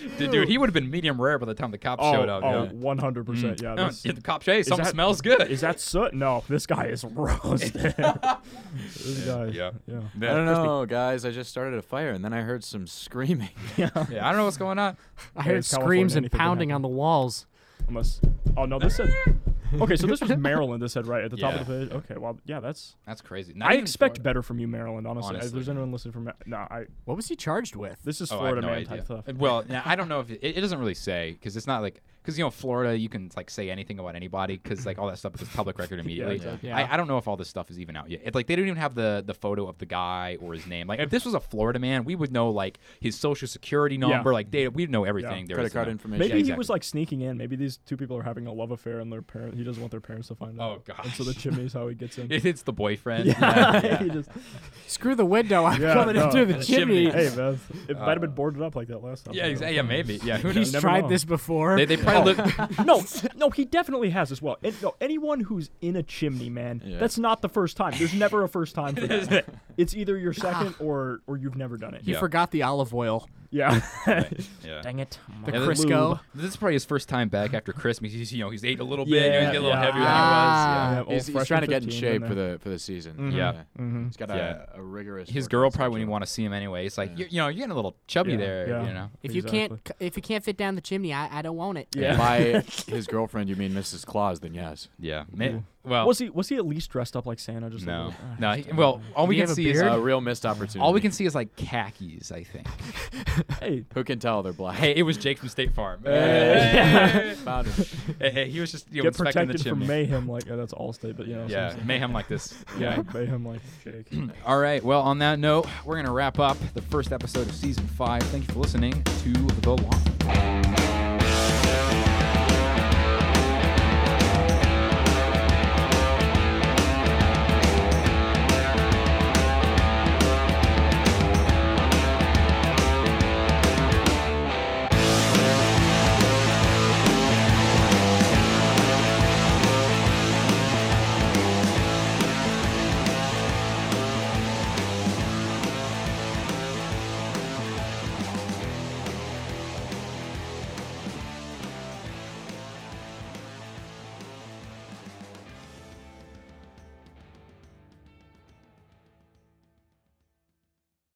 Speaker 2: [laughs] dude, dude, he would have been medium rare by the time the cops
Speaker 5: Oh,
Speaker 2: showed up.
Speaker 5: oh,
Speaker 2: yeah.
Speaker 5: 100 percent. Yeah,
Speaker 2: Oh,
Speaker 5: this-
Speaker 2: yeah, the cop, hey, something
Speaker 5: that-
Speaker 2: smells good.
Speaker 5: is that soot? No, this guy is [laughs] roasted. this guy,
Speaker 2: yeah.
Speaker 5: yeah.
Speaker 4: I don't know, guys. I just started a fire and then I heard some screaming. [laughs]
Speaker 2: Yeah, I don't know what's going on.
Speaker 3: I heard
Speaker 5: it's California,
Speaker 3: screams and
Speaker 5: anything can
Speaker 3: pounding
Speaker 5: happen.
Speaker 3: on the walls.
Speaker 5: Unless, oh no, this said. Okay, so this was Maryland. This said right at the top of the page. Okay, well, yeah, that's.
Speaker 2: That's crazy. Not
Speaker 5: I
Speaker 2: even
Speaker 5: expect
Speaker 2: Florida.
Speaker 5: better from you, Maryland. Honestly,
Speaker 2: Honestly.
Speaker 5: if there's anyone listening from, Ma- no, I.
Speaker 3: What was he charged with?
Speaker 5: This is
Speaker 2: Oh, I have
Speaker 5: Florida
Speaker 2: no
Speaker 5: man
Speaker 2: idea.
Speaker 5: type stuff.
Speaker 2: Uh, Well, now, I don't know if it, it doesn't really say because it's not like because you know Florida, you can like say anything about anybody because like all that stuff is public
Speaker 5: [laughs]
Speaker 2: record immediately.
Speaker 5: exactly.
Speaker 2: I, I don't know if all this stuff is even out yet. It, like they don't even have the the photo of the guy or his name. Like if this was a Florida man, we would know like his social security number, like data. We'd know everything. there is
Speaker 4: Credit
Speaker 2: to
Speaker 4: card
Speaker 2: know.
Speaker 4: information.
Speaker 5: Maybe he
Speaker 2: exactly.
Speaker 5: was like sneaking in. Maybe these two people are having a love affair, and their parent he doesn't want their parents to find out.
Speaker 2: Oh, gosh.
Speaker 5: And so
Speaker 2: [laughs]
Speaker 5: the chimney's how he gets in.
Speaker 2: It, it's the boyfriend.
Speaker 5: [laughs] He just-
Speaker 3: Screw the window. I'm
Speaker 5: Yeah,
Speaker 3: coming
Speaker 5: no.
Speaker 3: in through the
Speaker 2: The
Speaker 3: chimney.
Speaker 2: chimney.
Speaker 5: hey man, it might have been boarded up like that last time.
Speaker 2: Uh, yeah, exactly. Yeah, maybe. Yeah, who knows?
Speaker 3: He's
Speaker 5: never
Speaker 3: tried
Speaker 5: know.
Speaker 3: this before.
Speaker 2: They, they probably look.
Speaker 5: [laughs] No, no, he definitely has as well. And, no, anyone who's in a chimney, man,
Speaker 4: Yeah.
Speaker 5: that's not the first time. There's never a
Speaker 2: [laughs]
Speaker 5: first time for that. it's either your
Speaker 4: Ah.
Speaker 5: second or or you've never done it.
Speaker 3: he
Speaker 2: Yeah.
Speaker 3: forgot the olive oil,
Speaker 5: Yeah.
Speaker 4: [laughs]
Speaker 2: Yeah.
Speaker 5: Dang it.
Speaker 3: the
Speaker 2: Yeah, the
Speaker 3: Crisco.
Speaker 2: [laughs] This is probably his first time back after Christmas. He's you know he's ate a little bit.
Speaker 5: Yeah,
Speaker 2: Yeah, he's getting a little
Speaker 5: yeah. Ah,
Speaker 2: heavier than he was. Yeah.
Speaker 5: Yeah,
Speaker 4: Ah. he's,
Speaker 5: old
Speaker 4: he's
Speaker 5: freshman
Speaker 4: trying to get in
Speaker 5: 15
Speaker 4: shape for
Speaker 5: there.
Speaker 4: the for the season.
Speaker 2: Mm-hmm. Yeah.
Speaker 4: He's got
Speaker 2: Yeah.
Speaker 4: a, a rigorous.
Speaker 2: his
Speaker 4: workout
Speaker 2: girl probably wouldn't
Speaker 4: schedule.
Speaker 2: want to see him anyway. It's like you, you know you're getting a little chubby
Speaker 5: Yeah,
Speaker 2: there.
Speaker 5: yeah.
Speaker 2: You know.
Speaker 3: If you can't, c- if you can't fit down the chimney, I, I don't want it.
Speaker 5: Yeah.
Speaker 4: By
Speaker 2: [laughs]
Speaker 4: his girlfriend, you mean Mrs. Claus? Then yes.
Speaker 2: Yeah. Ma- well,
Speaker 5: Was he was he at least dressed up like Santa? Just A
Speaker 2: no,
Speaker 5: little, Ah,
Speaker 2: no. he- well, all we
Speaker 3: he
Speaker 2: can
Speaker 3: have a
Speaker 2: see is
Speaker 4: A
Speaker 2: uh,
Speaker 4: real missed opportunity.
Speaker 2: all we can see is like khakis. I think.
Speaker 5: hey,
Speaker 4: Who can tell they're
Speaker 2: [laughs]
Speaker 4: black?
Speaker 2: hey, it was Jake from State Farm.
Speaker 4: Hey. Found him.
Speaker 2: Hey, [laughs] hey, he was just you know,
Speaker 5: get
Speaker 2: inspecting the
Speaker 5: protected from
Speaker 2: chimney.
Speaker 5: mayhem like yeah, that's Allstate, but you know.
Speaker 2: yeah, mayhem like this. [laughs] Yeah.
Speaker 5: Yeah, mayhem like Jake.
Speaker 2: [clears throat] All right. Well, on that note, we're gonna wrap up the first episode of season five. Thank you for listening to the Law.